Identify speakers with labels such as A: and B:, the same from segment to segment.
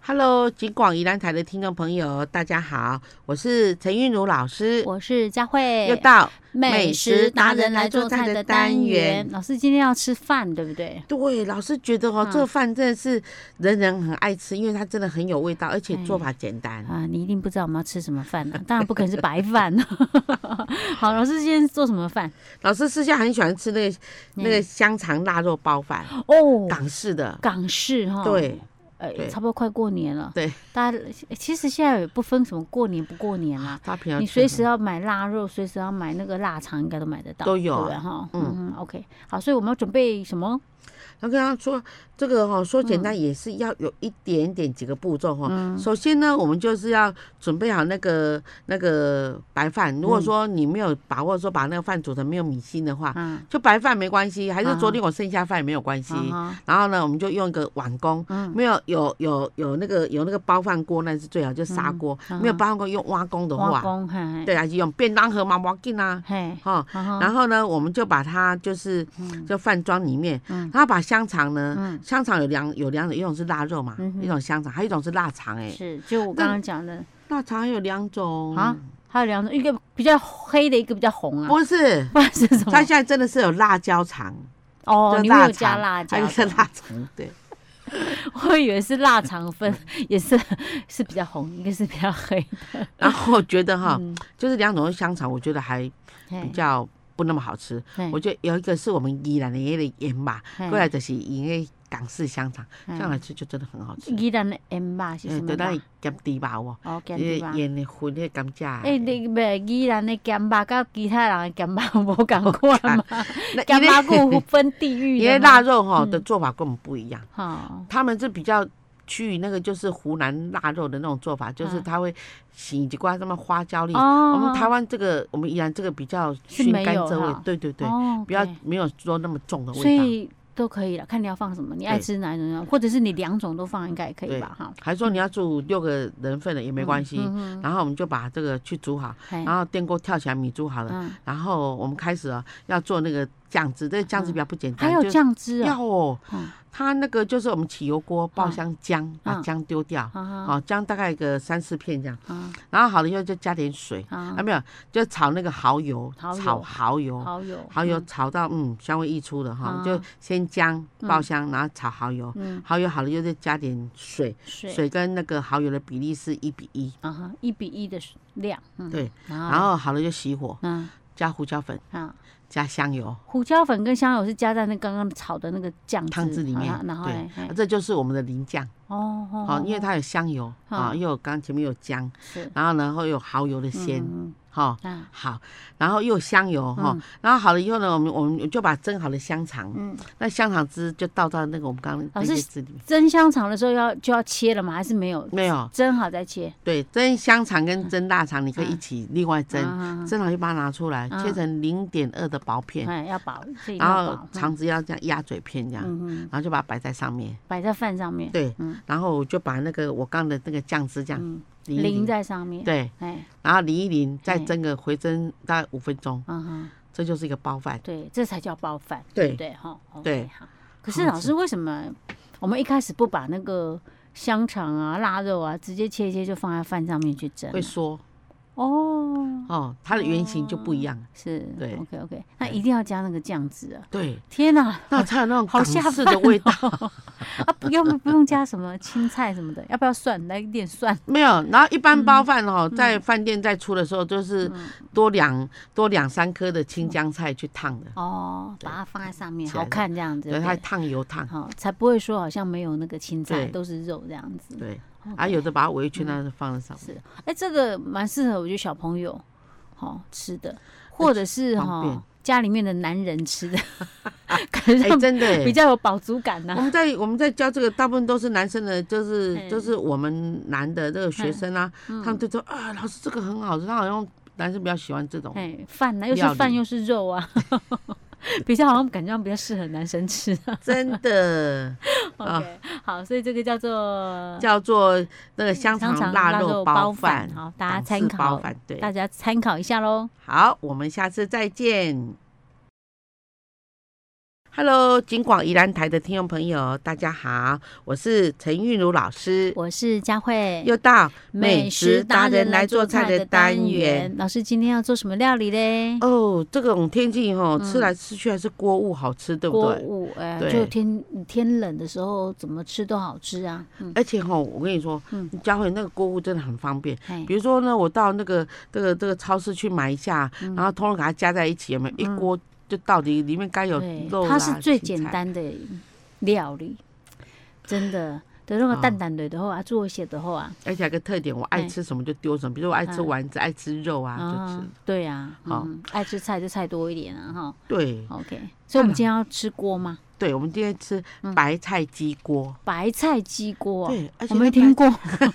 A: Hello，金广宜兰台的听众朋友，大家好，我是陈韵如老师，
B: 我是佳慧，
A: 又到
B: 美食达人来做菜的单元。。老师今天要吃饭，对不对？
A: 对，老师觉得哦，
B: 嗯
A: 做饭真的是人人很爱吃，因为它真的很有味道，而且
B: 哎
A: 做法简单。
B: 啊，你一定不知道我们要吃什么饭啊， 当然不可能是白饭。 好，老师今天做什么饭？
A: 老师私下很喜欢吃那个那
B: 嗯
A: 个香肠腊肉包饭，
B: 哦，
A: 港式的。
B: 港式哈，，
A: 对，
B: 呃
A: 对，
B: 差不多快过年了，
A: 对，
B: 大家其实现在也不分什么过年不过年啦、
A: 大平常
B: 你
A: 吃
B: 随
A: 的
B: 时要买腊肉，随时要买那个腊肠，应该都买得到，
A: 都有啊
B: 对不对哈？
A: 嗯
B: 嗯，OK，好，所以我们要准备什么？
A: 那刚刚说这个哈、哦，说简
B: 嗯
A: 单也是要有一点点几个步骤哈、哦。首先呢，我们就是要准备好那个那个白饭。
B: 嗯
A: 如果说你没有把握说把那个饭煮成没有米心的话，
B: 啊，
A: 就白饭没关系，还是
B: 啊
A: 昨天我剩下饭没有关系。
B: 啊哈
A: 然后呢，我们就用一个碗公，
B: 嗯
A: 没有有有有那个有那个包饭锅，那是最好，就砂锅。
B: 嗯
A: 没有包饭锅用挖工的
B: 挖嗯
A: 话，
B: 工，嘿，嘿，
A: 对啊，就用便当盒嘛，挖进啊，
B: 嘿，
A: 哈、
B: 然
A: 然后呢，我们就把它就是
B: 嗯
A: 就饭装里面，然后把香肠呢，香肠有两有两种，一种是腊肉嘛，一种香肠，还有一种是腊肠哎，
B: 嗯是，就我刚刚讲的
A: 腊肠还有两种
B: 啊，，还有两种，一个比较黑的，一个比较红啊，
A: 不是，
B: 不然是什么
A: 哦它？现在真的是有辣椒肠，
B: 哦，
A: 就
B: 你们有
A: 腊
B: 加
A: 肠，
B: 辣
A: 还
B: 椒
A: 有
B: 的，
A: 是腊肠，对，
B: 我以为是腊肠粉， 也是是比较红，一个是比较黑，
A: 然后我觉得哈，
B: 嗯，哎
A: 就是两种香肠，我觉得还比
B: 嘿，
A: 较不那么好吃，
B: 嘿
A: 我觉得有一个是我们宜兰的那个盐吧，
B: 嘿
A: 过来就是因为港式香肠，这样
B: 嘿
A: 来吃就真的很好吃，
B: 哎宜兰的 M 吧是什
A: 嗯，
B: 么
A: 对，那
B: 吧？
A: 咸猪吧哦。
B: 哦，咸
A: 伊
B: 猪吧。
A: 盐的啊粉迄甘蔗，
B: 诶，你袂宜兰的咸肉甲其他人的咸肉无共款 嘛？
A: 那
B: 咸
A: 伊的
B: 肉有分地域
A: 伊的
B: 的
A: 腊
B: 嘛。哦
A: 肉哈
B: 嗯
A: 的做法跟我们不一样，
B: 好，
A: 他们是比较趋于那个就是湖南腊肉的那种做法，就是他会洗一瓜什么花椒粒。
B: 啊哦，
A: 我们台湾这个，我们宜兰这个比较
B: 是
A: 熏
B: 没
A: 甘
B: 有
A: 蔗味
B: 哈，
A: 对对对，
B: 哦
A: 比较
B: OK
A: 没有说那么重的味道。
B: 所以都可以了，看你要放什么，你爱
A: 对
B: 吃哪一种，或者是你两种都放应该也可以
A: 对
B: 吧？哈，
A: 还说你要煮六个人份的也没关系，
B: 嗯
A: 然后我们就把这个去煮好，
B: 嗯
A: 然后电锅跳起来米煮好了，
B: 嗯，
A: 然后我们开始啊要做那个酱汁，这个酱汁比较不简单，
B: 嗯还有
A: 就
B: 酱汁哦，
A: 要哦
B: 嗯，
A: 它那个就是我们起油锅爆香姜，把
B: 嗯
A: 姜丢掉，
B: 啊
A: 好姜大概个三四片这样，
B: 啊
A: 然后好了以后就加点水，啊
B: 啊，
A: 没有，就炒那个蚝油，
B: 蚝油
A: 炒蚝油，
B: 蚝油，
A: 蚝油炒到嗯香味溢出了哈，
B: 啊
A: 就先姜爆香，然后炒蚝油，
B: 嗯嗯，嗯，
A: 蚝油好了以后再加点水，
B: 水
A: 水跟那个蚝油的比例是一比一，
B: 啊哈，一比一的水量，嗯，
A: 对，然
B: 然后
A: 后好了就熄火，
B: 嗯
A: 加胡椒粉，
B: 啊，
A: 加香油，
B: 胡椒粉跟香油是加在那刚刚炒的那个酱
A: 汤汁里面
B: 啊然后
A: 对
B: 嘞，嘿
A: 啊这就是我们的淋酱，
B: 哦哦，
A: 好，
B: 哦
A: 因为它有香油啊，
B: 嗯
A: 又有刚前面有姜。
B: 是
A: 然后呢会有蚝油的鲜，
B: 嗯
A: 哈、
B: 嗯啊，
A: 好，然后又有香油哈、
B: 嗯
A: 然后好了以后呢，我们我们就把蒸好的香肠，
B: 嗯
A: 那香肠汁就倒到那个我们刚刚
B: 老
A: 那
B: 师
A: 些汁里面，
B: 蒸香肠的时候要就要切了吗？还是没有？
A: 没有，
B: 蒸好再切，
A: 对，蒸香肠
B: 嗯
A: 跟蒸腊肠你可以一起另外蒸，
B: 啊
A: 蒸好就把它拿出来，切
B: 嗯
A: 成零点二的薄片，
B: 哎，要薄，这一定
A: 然
B: 要
A: 后
B: 薄，嗯
A: 肠子要这样压嘴片这样，
B: 嗯嗯，
A: 然后就把它摆在上面，
B: 摆在饭上面，
A: 对，
B: 嗯
A: 然后我就把那个我刚的那个酱汁这样
B: 嗯，
A: 淋一
B: 淋
A: 淋，
B: 在上面，
A: 对，
B: 哎，
A: 然后淋一淋，再
B: 嘿
A: 蒸个回蒸大概五分钟，
B: 嗯哼，
A: 这就是一个包饭。
B: 对，这才叫包饭，
A: 对
B: 不对哈，OK，
A: 对
B: 好。可是老师为什么我们一开始不把那个香肠啊、腊肉啊直接切一切就放在饭上面去蒸啊？
A: 会缩
B: 哦，
A: 哦，它的原型就不一样。
B: 是，
A: 对
B: ，OK OK，那一定要加那个酱汁啊！
A: 对，
B: 天哪，
A: 那才有那种
B: 好
A: 港
B: 下
A: 式
B: 饭
A: 的味 道。
B: 啊，不用不用加什么青菜什么的，要不要蒜？来一点蒜，
A: 没有，然后一
B: 嗯
A: 般包饭哦，在饭店在出的时候，就是多两多两三颗的青江菜去烫的，
B: 哦，把它放在上面，
A: 起来
B: 好看这样子，
A: 对，
B: 对
A: 它烫油烫。
B: 好，才不会说好像没有那个青菜，
A: 对
B: 都是肉这样子。
A: 对，
B: OK
A: 啊，有的把它围一圈，那就放在上面，
B: 是，哎、这个蛮适合我觉得小朋友好、吃的，或者是哈、
A: 哎方便
B: 家里面的男人 吃的，感觉
A: 哎、哦
B: 上
A: 真的、
B: 比
A: 欸。
B: 较有饱足感呐、
A: 我们在我们在教这个，大部分都是男生的，就是
B: 嗯
A: 就是我们男的这个学生啊，他们就说啊，老师这个很好吃，他好像男生比较喜欢这种。
B: 哎、饭呢、又
A: 料
B: 是
A: 理
B: 饭又是 肉啊，比较好像感觉上比较适合男生吃。
A: 真 的
B: OK，、
A: 啊
B: 好，所以这个叫做
A: 叫做那个香
B: 香
A: 肠
B: 肠
A: 腊
B: 腊
A: 肉
B: 肉
A: 包
B: 包
A: 饭
B: 饭，，好，大家
A: 港
B: 参
A: 式包
B: 考，
A: 饭对。
B: 大家参考一下喽。
A: 好，我们下次再见。 Hello，金广宜兰台的听众朋友，大家好，我是陈韵如老师。
B: 我是佳慧，
A: 又到美食达人来做菜的单元。。
B: 老师今天要做什么料理嘞？
A: 哦，这种天气哦，吃来吃去还是锅物好吃，对不
B: 嗯锅
A: 对？
B: 物，哎，
A: 对
B: 就天天冷的时候怎么吃都好吃啊。嗯，
A: 而且哈、我跟你说，
B: 嗯
A: 佳慧那个锅物真的很方便。
B: 嘿
A: 比如说呢，我到那个这个这个超市去买一下，
B: 嗯
A: 然后通通给它加在一起，有没有？一锅就到底里面该有
B: 对
A: 肉，啦
B: 它是最
A: 青
B: 简
A: 菜
B: 单的料理，真的。对，那个蛋蛋类的话啊，做一些的话啊，
A: 而且还有个特点，我爱
B: 哎
A: 吃什么就丢什么，比如我爱吃
B: 嗯
A: 丸子，爱吃肉啊，就
B: 啊
A: 吃。，
B: 对啊，
A: 好嗯
B: 嗯，爱吃菜就菜多一点啊，哈。
A: 对
B: OK，所以我们今天要吃锅吗？
A: 对，我们今天吃
B: 嗯
A: 白菜鸡锅，
B: 白菜鸡锅啊，
A: 对，而且
B: 我没
A: 那
B: 听
A: 白
B: 过，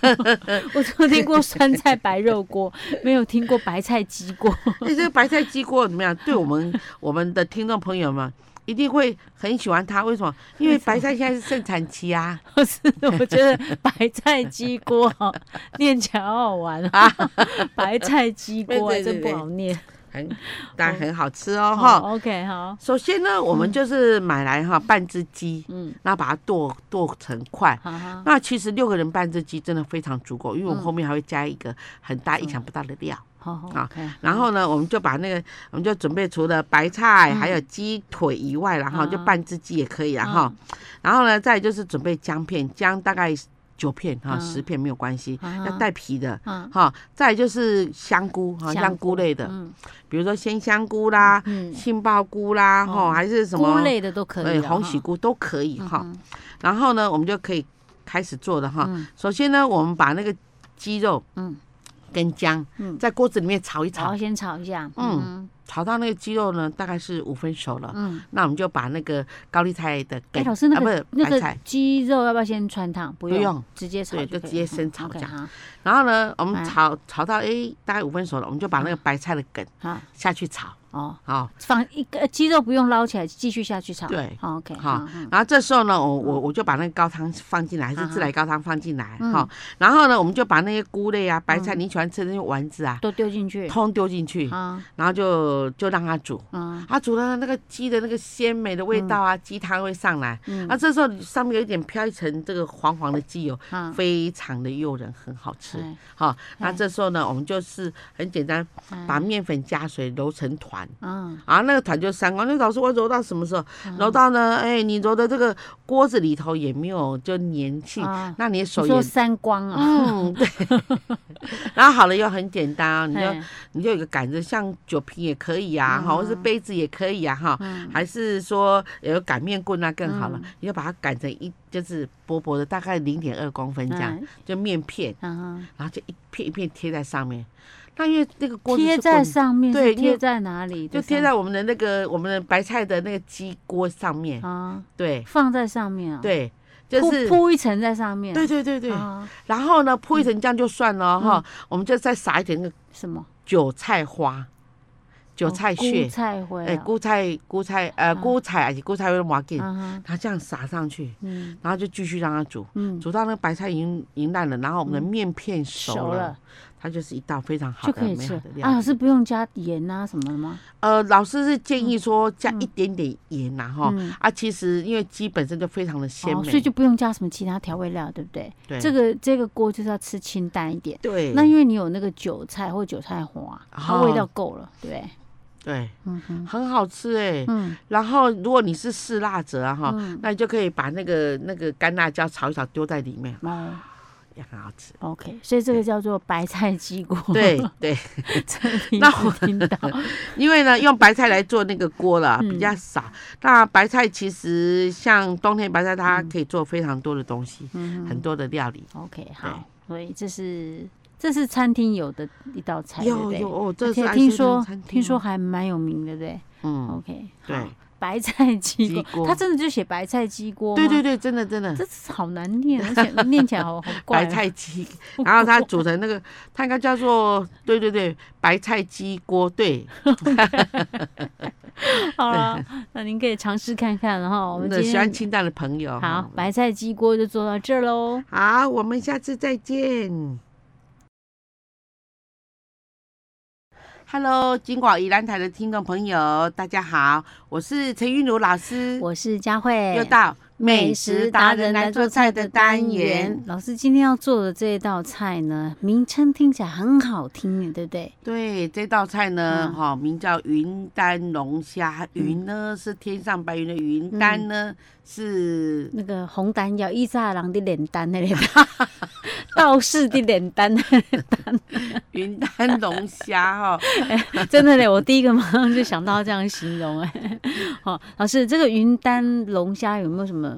B: 我只有听过酸菜白肉锅，没有听过白菜鸡锅。
A: 那哎这个白菜鸡锅怎么样？对我们我们的听众朋友们一定会很喜欢它，为什么？因为白菜现在是盛产期啊。
B: 是， 我觉得白菜鸡锅哦念起来好好玩啊， 白菜鸡锅啊
A: 对对
B: 真
A: 对
B: 不好念。
A: 很当然很好吃哦哈。
B: 好，OK，好，
A: 首先呢，我们就是买来哈半只鸡，
B: 嗯，
A: 然后把它剁剁成块。
B: 好好，
A: 那其实六个人半只鸡真的非常足够，因为我们
B: 嗯
A: 后面还会加一个很大意想不到的料。
B: 好好
A: 好
B: ，OK。
A: 然后呢，我们就把那个，我们就准备除了白菜还有鸡腿以外啦，然后
B: 嗯
A: 就半只鸡也可以啦哈。然后呢，再就是准备姜片，姜大概九片哈，
B: 嗯
A: 十片没有关系，
B: 嗯
A: 要带皮的。
B: 嗯，
A: 哈，再就是香菇哈，
B: 香
A: 香菇
B: 菇
A: 类的，
B: 嗯
A: 比如说鲜香菇啦、
B: 嗯，
A: 杏鲍菇啦，哈，
B: 哦
A: 还是什
B: 菇
A: 么
B: 类的都可以啊
A: 对
B: 了，
A: 红喜菇都可以
B: 哈
A: 哈。
B: 嗯
A: 然后呢，我们就可以开始做了哈。
B: 嗯
A: 首先呢，我们把那个鸡肉
B: 嗯，
A: 跟姜
B: 嗯哦
A: 在锅子里面炒一
B: 然
A: 炒
B: 后，先炒一下，
A: 嗯啊
B: 嗯
A: 炒到那个鸡肉呢大概是五分熟了。
B: 嗯。
A: 那我们就把那个高丽菜的
B: 哎，
A: 梗，
B: 老师，那
A: 啊不
B: 个
A: 是
B: 那
A: 白
B: 个
A: 菜，
B: 鸡肉要不要先穿烫？不
A: 不用，
B: 直接炒
A: 对
B: 可以嗯
A: 就直接生炒
B: OK，
A: 这样
B: 好
A: 然后呢，我们
B: 哎嗯
A: 炒炒到哎大概五分熟了，我们就把那个白菜的梗
B: 好
A: 下去炒，
B: 哦，
A: 好。
B: 放一个呃鸡肉不用捞起来，继续下去炒。
A: 对
B: 好，OK，
A: 好
B: 好，嗯
A: 然后这时候呢，我我我就把那个高汤放进来，还是
B: 啊
A: 自来高汤放进来
B: 嗯
A: 哈。然后呢，我们就把那些菇类啊、白菜，你喜欢吃的那些丸子啊，
B: 都丢进去。
A: 通丢进去，
B: 啊，
A: 然后就就让它煮。
B: 嗯
A: 它煮了那个鸡的那个鲜美的味道啊，鸡汤会上来。
B: 嗯
A: 啊，这时候上面有一点飘一层这个黄黄的鸡油，
B: 啊，
A: 非常的诱人，很好吃。
B: 哎
A: 好、那
B: 哎
A: 这时候呢，我们就是很简单，
B: 哎
A: 把面粉加水揉成团。
B: 嗯
A: 啊，那个团就三光。那老师，我揉到什么时候？揉到呢？哎、你揉的这个锅子里头也没有就粘性，
B: 啊，
A: 那你的
B: 你
A: 嗯手也
B: 说三光啊，
A: 嗯 对。然后好了又很简单 啊，你就
B: 哎
A: 你就有个杆子，像酒瓶也可以啊，哈、
B: 嗯
A: 或是杯子也可以啊，哈、
B: 嗯
A: 还是说有擀面棍那更好了，
B: 嗯
A: 你就把它擀成一就是薄薄的，大概零点二公分这样，
B: 哎
A: 就面片，
B: 嗯
A: 然后就一片一片贴在上面。那因为那个锅
B: 哼，
A: 子是
B: 贴在
A: 滚
B: 上面，
A: 对
B: 是
A: 因为
B: 贴在哪里的
A: 就
B: 上？
A: 贴在我们的那个我们的白菜的那个鸡锅上面，
B: 啊，
A: 对
B: 放在上面啊，，
A: 对，就是
B: 铺铺一层在上面啊，
A: 对对对对，
B: 啊，
A: 然后呢铺一层这样就算了哈，
B: 嗯
A: 我们就再撒一点那个
B: 什么
A: 韭菜花、韭
B: 哦
A: 菜
B: 菇
A: 屑，
B: 菜灰啊，
A: 哎，菇菜菇菜呃
B: 啊
A: 菇菜还是菇菜会麻劲，
B: 啊哈，
A: 它这样撒上去，
B: 嗯
A: 然后就继续让它煮。
B: 嗯，
A: 煮到那个白菜已经已经烂了，然后我们的面片熟了，
B: 熟了
A: 它就是一道非常好
B: 就
A: 的
B: 可以
A: 美
B: 吃
A: 好的料
B: 啊，
A: 理。
B: 老师不用加盐啊什么的吗？
A: 呃，老师是建议说加一点点盐呐、哈、
B: 嗯
A: 啊，其实因为鸡本身就非常的鲜
B: 哦，
A: 美，
B: 所以就不用加什么其他调味料，对不对？
A: 对
B: 这个这个锅就是要吃清淡一点。
A: 对，
B: 那因为你有那个韭菜或韭菜花，它
A: 哦
B: 味道够了，对不对，
A: 对
B: 嗯哼，
A: 很好吃哎、
B: 嗯
A: 然后如果你是嗜辣者啊哈、
B: 嗯
A: 那你就可以把那个那个干辣椒炒一炒丢在里面，
B: 哦
A: 也很好吃。
B: ，OK，所以这个叫做白菜鸡锅，
A: 对对，
B: 这里
A: 那
B: 我听 到，
A: 因为 呢，用白菜来做那个锅了
B: 嗯
A: 比较少。那白菜其实像冬天白菜，它可以做非常多的东西，
B: 嗯
A: 很多的料理。
B: ，OK，好，所以这是这是餐厅有的一道菜，对不
A: 有
B: 对
A: 有哦，
B: 而
A: 这是
B: 且
A: 爱
B: 听
A: 吃的
B: 说
A: 餐厅
B: 听说
A: 哦，
B: 还蛮有名的，对不对
A: 嗯，
B: ？OK，
A: 对
B: 好，白菜鸡
A: 鸡锅
B: 锅，它真的就写白菜鸡锅，
A: 对对，对，真的真的。
B: 这是好难念，而且念起来好好怪
A: 白
B: 哦，
A: 菜鸡，然后它煮成那个，它应该叫做对对对，白菜鸡锅，对，
B: 好了，那您可以尝试看看，然后我们
A: 那
B: 今
A: 喜欢
B: 天
A: 清淡的朋友
B: 好
A: 哈，
B: 白菜鸡锅就做到这儿喽。
A: 好，我们下次再见。 Hello，金广宜兰台的听众朋友，大家好，我是陈韵如老师，
B: 我是佳慧，
A: 又到
B: 美食达人来做菜的单元。老师今天要做的这一道菜呢，名称听起来很好听，对不对？
A: 对，这道菜呢，
B: 嗯
A: 哈、名叫云丹龙虾。云呢是天上白云的
B: 嗯
A: 云，丹呢 是
B: 那个红丹要伊萨郎的脸蛋那脸蛋， 道士的脸蛋，
A: 云丹龙虾哈、
B: 真的嘞！我第一个马上就想到这样形容 哎、好，老师，这个云丹龙虾有没有什么？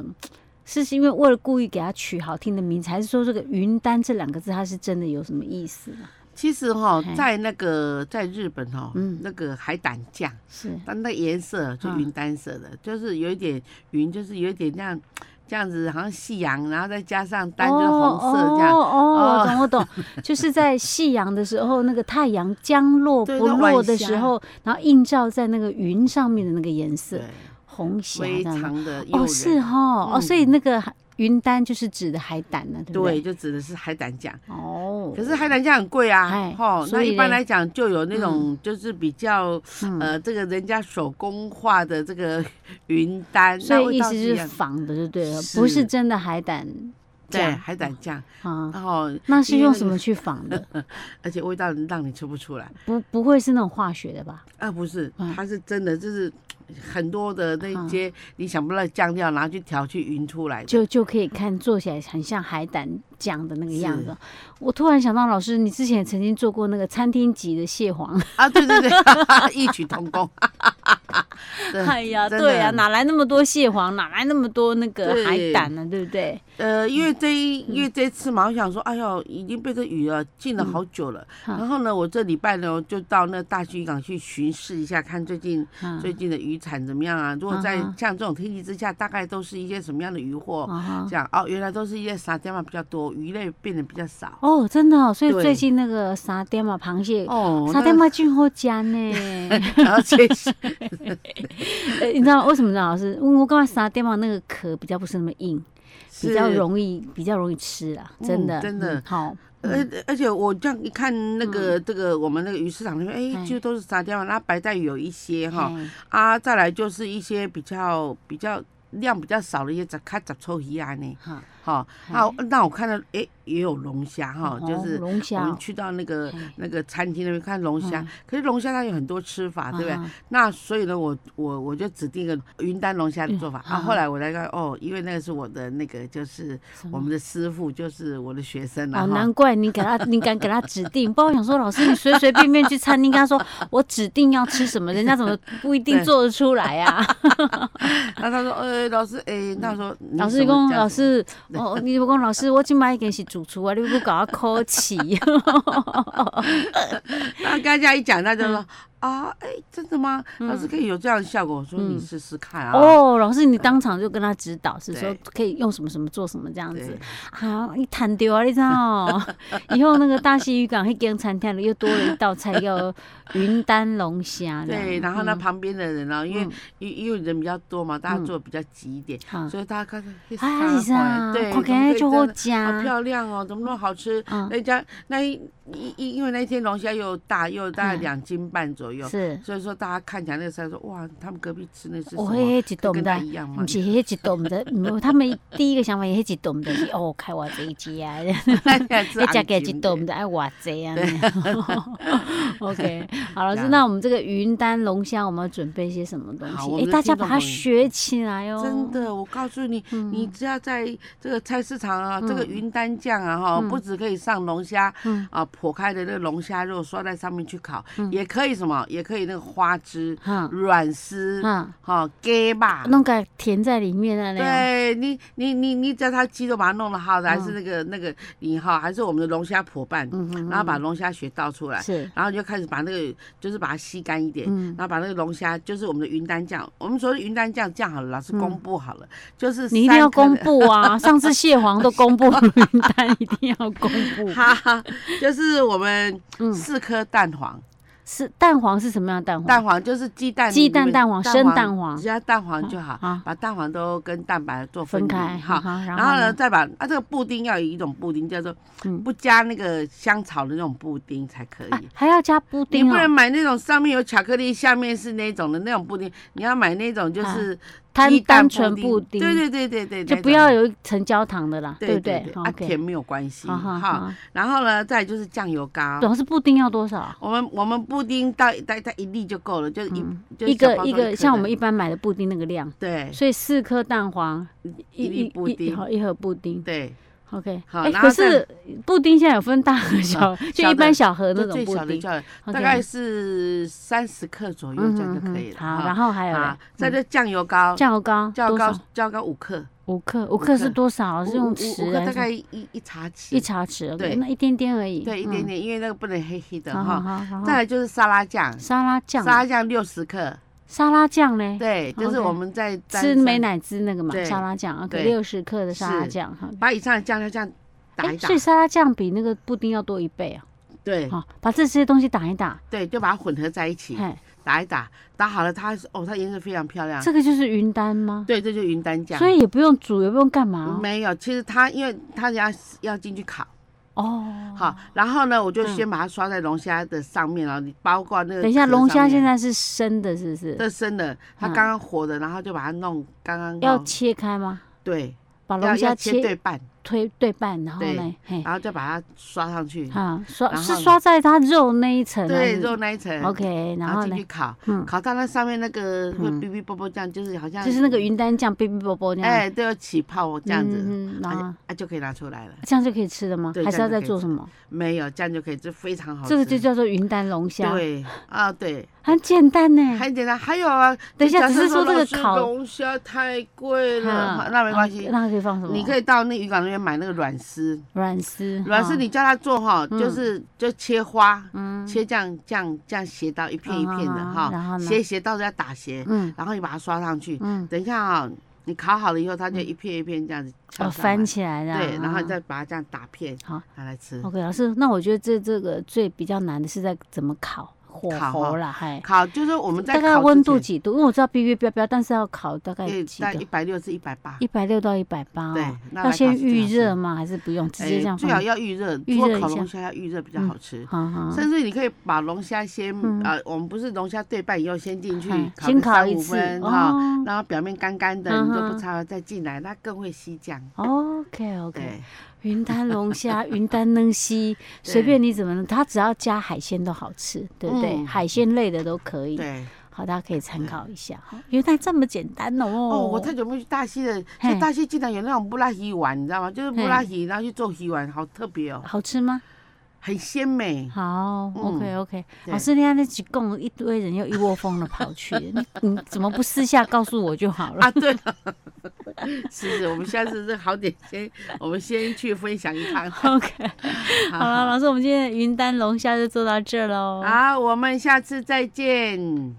B: 是是因为为了故意给它取好听的名字，还是说这个“云丹”这两个字它是真的有什么意思啊？
A: 其实哈、
B: 嘿
A: 在那个在日本哈、
B: 嗯
A: 那个海胆酱，
B: 是
A: 但那颜色就
B: 嗯
A: 云丹色的，就是有一点云，就是有一点这样这样子，好像夕阳，然后再加上丹就是红色这样。
B: 哦哦，
A: 哦
B: 我懂我 懂，就是在夕阳的时候，那个太阳将落
A: 对
B: 不
A: 那晚
B: 落的时
A: 霞
B: 候，然后映照在那个云上面的那个颜色，
A: 对，
B: 红霞
A: 非
B: 这样子
A: 常的诱人。
B: 哦，是哦，哦，
A: 嗯
B: 所以那个海云丹就是指的海胆啊呢、对不
A: 对，
B: 对？
A: 就指的是海胆酱。
B: 哦，
A: 可是海胆酱很贵啊
B: 哎，
A: 吼，
B: 所
A: 那
B: 以
A: 一般
B: 嘞嗯
A: 来讲就有那种就是比较呃，这个人家手工画的这 个云丹，
B: 所
A: 那
B: 以
A: 味
B: 意
A: 道
B: 思
A: 是
B: 就
A: 一
B: 是
A: 样
B: 仿的，就对了，
A: 是
B: 不是真的海胆
A: 对
B: 酱
A: 海胆酱，
B: 啊。
A: 然后
B: 那是
A: 因为
B: 用
A: 那
B: 什
A: 个
B: 么去仿的？
A: 而且味道让你吃不出来
B: 不，不会是那种化学的吧？
A: 啊，不是，
B: 嗯
A: 它是真的就是很多的那
B: 嗯
A: 些你想不到的酱料，然后去调去匀出来的。
B: 就就可以看做起来很像海胆酱的那个样
A: 嗯是
B: 子。我突然想到，老师，你之前也曾经做过那个餐厅级的蟹黄，
A: 啊，对对对， 异曲同工。对
B: 哎呀，
A: 真
B: 对呀、
A: 的
B: 哪来那么多蟹黄，哪来那么多那个
A: 对
B: 海胆呢、对不对？
A: 呃，因为
B: 嗯
A: 这一因为这一次嘛，我想说，哎呦，已经被这雨了浸了好久了。
B: 嗯
A: 然后呢，我这礼拜呢就到那大渔港去巡视一下，看最近
B: 嗯
A: 最近的渔产怎么样啊？如果
B: 嗯
A: 在
B: 哼
A: 像这种天气之下，大概都是一些什么样的渔获？
B: 啊哈
A: 这样哦，原来都是一些沙爹嘛比较多，鱼类变得比较少。
B: 哦，真的、哦，所以
A: 对
B: 最近那个沙爹嘛，螃蟹，
A: 哦，
B: 沙
A: 那
B: 爹嘛最好吃呢。
A: 而且是
B: 呃你知道为什么呢？老师，因为我刚才沙爹嘛那个壳比较不是那么硬， 比较
A: 是
B: 容易比较容易吃啦，真的、
A: 嗯真的
B: 嗯好。
A: 而而且我这样一看，那个、这个我们那个鱼市场那边，哎、
B: 嗯哎
A: 几乎都是沙爹嘛，那白带鱼有一些哈。
B: 嘿
A: 啊，再来就是一些比较比较量比较少的一些杂卡杂臭鱼啊呢，
B: 好，
A: 哈、啊，那我看到诶、也有龙虾哈，
B: 哦
A: 就是
B: 龙
A: 我
B: 虾
A: 们
B: 哦，
A: 去到那个
B: 嘿
A: 那个餐厅那边看龙虾
B: 嗯，
A: 可是龙虾它有很多吃法，对不对
B: 啊？哈
A: 那所以呢，我我我就指定一个云丹龙虾的做法
B: 嗯
A: 啊。后来我来看哦，因为那个是我的那个就是
B: 什么
A: 我们的师傅，就是我的学生啊
B: 哦，
A: 哈。
B: 难怪你给他， 你敢给他指定？不然我想说，老师，你随随便便去餐厅跟 他说，我指定要吃什么，人家怎么不一定
A: 对
B: 做得出来呀、 啊？
A: 那他说，呃，老师，哎，那我说你
B: 嗯老
A: 什
B: 师
A: 么
B: 讲，
A: 叫
B: 老
A: 什么
B: 师，哦，你讲老师，我今摆已经是主厨啊，你不搞我考 试。
A: 那跟大家一讲，大家
B: 嗯
A: 说、啊，哎、真的吗？老师可以有这样的效果？我说你
B: 嗯
A: 试试看啊。
B: 哦，老师，你当场就跟他指导，是说
A: 对
B: 可以用什么什么做什么这样
A: 对
B: 子。啊，你谈丢啊，你知道 哦？以后那个大溪渔港那间餐厅里又多了一道菜叫云丹龙虾。
A: 对，然后呢，旁边的人啊呢，因为因因为人比较多嘛，大家
B: 嗯
A: 坐的比较挤一点，
B: 好，
A: 所以大家看到嘿
B: 哎，是啊，
A: 对，
B: 看
A: 怎
B: 起
A: 么
B: 来
A: 可以
B: 就
A: 这
B: 好
A: 样
B: 吃。
A: 好漂亮哦，怎么那么好吃？
B: 嗯
A: 那家那一一一因为那天龙虾又大又大概两斤半左右，
B: 是，
A: 所以说大家看起来那个菜说哇，他们隔壁吃那是什
B: 我
A: 么？
B: 迄一
A: 可以
B: 道
A: 跟
B: 唔
A: 他
B: 知，
A: 一样吗
B: 不？是迄一道唔知，唔他们第一个想法迄一道唔知是哦，开偌济 钱啊，你
A: 那你 还吃
B: 食
A: 红
B: 个一
A: 金
B: 道
A: 的
B: 唔知爱偌济啊
A: 对。
B: OK，好老
A: 这
B: 师，
A: 样
B: 那我们这个云丹龙虾，我们要准备些什么东
A: 好
B: 西？
A: 我
B: 诶，
A: 们的
B: 大家
A: 听众
B: 把它
A: 朋友
B: 学起来哦。嗯
A: 真，的，我告诉你，你只要在这个菜市场啊，这个云丹酱啊，哈，不只可以上龙虾
B: 嗯，
A: 啊，剖开的那个龙虾肉刷在上面去烤，也可以什么，也可以那个花枝、
B: 哈
A: 软丝，
B: 哈，
A: 哈，鸡吧。
B: 嗯弄个填在里面啊，那样
A: 对你，你你你只要它鸡都把它弄得好的，还是那个那个你哈，还是我们的龙虾破瓣，
B: 嗯哼
A: 然后把龙虾血倒出来，
B: 是，
A: 然后你就开始把那个，就是把它吸干一点，
B: 嗯
A: 然后把那个龙虾，就是我们的云丹酱，我们所谓的云丹酱酱好了，老师公布好了，就是
B: 嗯你一定要
A: 三颗的
B: 公，布啊！上次蟹黄都公布了 云 丹，一定要公布。
A: 哈哈，就是我们
B: 嗯
A: 四颗蛋黄，
B: 是蛋黄是什么样的蛋黄？
A: 蛋黄就是鸡蛋里
B: 鸡
A: 面，
B: 蛋蛋黄生蛋黄
A: 只要蛋黄就好，
B: 啊，
A: 把蛋黄都跟蛋白做
B: 分
A: 离
B: 开
A: 哈。
B: 哈，然
A: 然后
B: 后
A: 呢，
B: 呢？
A: 再把啊这个布丁要有一种布丁叫做
B: 嗯
A: 不加那个香草的那种布丁才可
B: 啊
A: 以。
B: 还要加布
A: 你
B: 丁
A: 不能
B: 哦，
A: 买那种上面有巧克力，下面是那种的那种布丁，你要买那种就是
B: 单
A: 鸡蛋
B: 啊单纯布丁，
A: 对对对对对，
B: 就
A: 那
B: 不
A: 种
B: 要有一层焦糖的啦，
A: 对
B: 不对
A: 对，
B: 好
A: 啊
B: ，OK，啊
A: 甜没有关系
B: 好好
A: 哈。
B: 好，
A: 然后呢，再就是酱油膏，
B: 主要是布丁要多少？
A: 我们我们布丁到大概一粒就够了，就是一
B: 嗯
A: 就是
B: 一
A: 小
B: 个
A: 包
B: 一
A: 装
B: 个
A: 颗
B: 像我们
A: 的
B: 一般买的布丁那个量，
A: 对
B: 所以四颗蛋黄，一
A: 一粒布
B: 一
A: 丁
B: 好一盒布丁
A: 对，
B: ，OK。
A: 好
B: 哎，
A: 然后
B: 可是布丁现在有分大盒小， 就
A: 小
B: 一
A: 的
B: 般小盒那
A: 这
B: 种
A: 最
B: 布
A: 小的
B: 丁，
A: 就好了
B: OK 嗯
A: 大概是三十克左右这样就可以了。
B: 好，
A: 哈
B: 然后还有嘞嗯
A: 啊，再就酱油膏，
B: 酱油膏，
A: 酱油
B: 多少
A: 膏酱油膏五克，
B: 五克，五克是
A: 克
B: 多少？
A: 五
B: 是用
A: 五
B: 匙
A: 五克
B: 还
A: 大
B: 是
A: 概一一茶匙，
B: 一茶匙，OK，
A: 对
B: 那一点点而已，
A: 对一点点，因为那个不能黑黑的
B: 嗯。好好
A: 哈。
B: 好，然后
A: 再来就是沙拉酱，
B: 沙拉酱
A: 沙，拉酱六十克，
B: 沙拉酱呢？
A: 对，就是
B: OK
A: 我们在沾
B: 吃美
A: 上
B: 乃滋那个嘛，
A: 对
B: 沙拉酱，OK，
A: 对
B: 六十克的沙拉
A: 是
B: 酱哈。
A: 把以上的酱料这样打
B: 哎，
A: 一打
B: 所，以沙拉酱比那个布丁要多一倍啊！
A: 对
B: 好，把这些东西打一打，
A: 对，就把它混合在一起，
B: 嘿，
A: 打一打，打好了它是哦，它颜色非常漂亮。
B: 这个就是云丹吗？
A: 对，这就是云丹酱。
B: 所以也哦不用煮，也不用干嘛
A: 没有，其实它因为它要要进去烤，
B: 哦哦。
A: 好，然后呢，我就
B: 嗯
A: 先把它刷在龙虾的上面然后你包括那个。
B: 等一下，龙虾现
A: 在。
B: 在是生的，是不是？
A: 这生的，它
B: 嗯
A: 刚刚活的，然后就把它弄刚刚
B: 要
A: 好
B: 切开吗？
A: 对，
B: 把
A: 要
B: 龙虾
A: 要切
B: 切
A: 对半，
B: 推对半，然后
A: 对
B: 呢？嘿，
A: 然后再把它刷上去，
B: 啊，刷
A: 然
B: 是
A: 后
B: 刷在它肉那一层，还
A: 对，
B: 是
A: 肉那一层
B: OK，然
A: 然
B: 后
A: 后进
B: 呢
A: 去，烤
B: 嗯，
A: 烤到那上面那个会
B: 嗯
A: 哔哔啵啵这样，就是好像
B: 就是那个云丹酱，哔哔啵啵这样，
A: 哎，对，要起泡哦，这样子，
B: 嗯，嗯然后
A: 啊啊就可以拿出来了。
B: 这样就可以吃了吗？
A: 对
B: 还是
A: 这
B: 要
A: 样就
B: 再
A: 可以
B: 做
A: 吃
B: 什么？
A: 没有，这样就可以，这非常好吃。
B: 这个就叫做云丹龙虾，
A: 对啊，对，
B: 很简单呢。
A: 很简单。还有啊，
B: 等一
A: 就
B: 下
A: 假设
B: 只是说这个
A: 老师
B: 烤
A: 龙虾太贵
B: 啊
A: 了，那没关系
B: 啊。那可以放什么？
A: 你可
B: 以
A: 以到那渔港那边买那个软丝，
B: 软丝，
A: 软丝
B: 哈
A: 你叫他做哈，
B: 嗯
A: 就是就切花，
B: 嗯
A: 切这样这样这样斜刀一片一片的
B: 啊
A: 哈
B: 然后，呢
A: 斜斜到时候要打斜，
B: 嗯
A: 然后你把它刷上去。
B: 嗯
A: 等一下啊，你烤好了以后，它就一片一片这样子
B: 哦
A: 翘上来
B: 翻起来的啊，
A: 对，然后
B: 啊
A: 你再把它这样打片，
B: 好
A: 拿来吃。
B: OK 老师，那我觉得这这个最比较难的是在怎么烤火
A: 烤
B: 候
A: 哈
B: 啦，还
A: 烤就是我们在
B: 大概
A: 烤
B: 温
A: 之
B: 度
A: 前
B: 几度？因为我知道哔哔标标，但是要烤大概
A: 对，
B: 几
A: 大概
B: 度
A: 一？百六至一百八，
B: 一百六到一百八
A: 对
B: 哦，
A: 那
B: 要
A: 来烤
B: 先
A: 是最
B: 预
A: 好吃
B: 热吗？还是不用直接
A: 哎
B: 这样
A: 最
B: 放？
A: 好要预热，
B: 预
A: 如果
B: 热一
A: 烤
B: 下
A: 龙虾要预热比较
B: 嗯
A: 好吃。
B: 好好
A: 甚至你可以把龙虾先
B: 嗯
A: 呃，我们不是龙虾对半以后先进去
B: 嗯
A: 烤
B: 先
A: 个
B: 烤
A: 三
B: 一
A: 五
B: 次
A: 分哈，
B: 哦。
A: 然后表面干干的，
B: 嗯
A: 你都
B: 哼
A: 不擦再进来，那更会吸酱。
B: OK OK，
A: 对，
B: 云丹龙虾、云丹嫩溪，
A: 对
B: 随便你怎么弄，它只要加海鲜都好吃，对不对？
A: 嗯
B: 海鲜类的都可以。
A: 对。
B: 好，大家可以参考一下。好原来这么简单哦！
A: 哦，我太久没去大溪了，
B: 嘿
A: 在大溪竟然有那种布拉鱼丸，你知道吗？就是布拉鱼，然后去做鱼丸，好特别哦，
B: 好吃吗？
A: 很鲜美。
B: 好，OK OK。
A: 嗯对
B: 老师，你看那几共一堆人又一窝蜂的跑去， 你你怎么不私下告诉我就好了？
A: 啊，对了，是是，我们下次这好点 先，我们先去分享一趟。好
B: OK，好了，老师，我们今天的云丹龙虾就做到这儿喽。
A: 好，我们下次再见。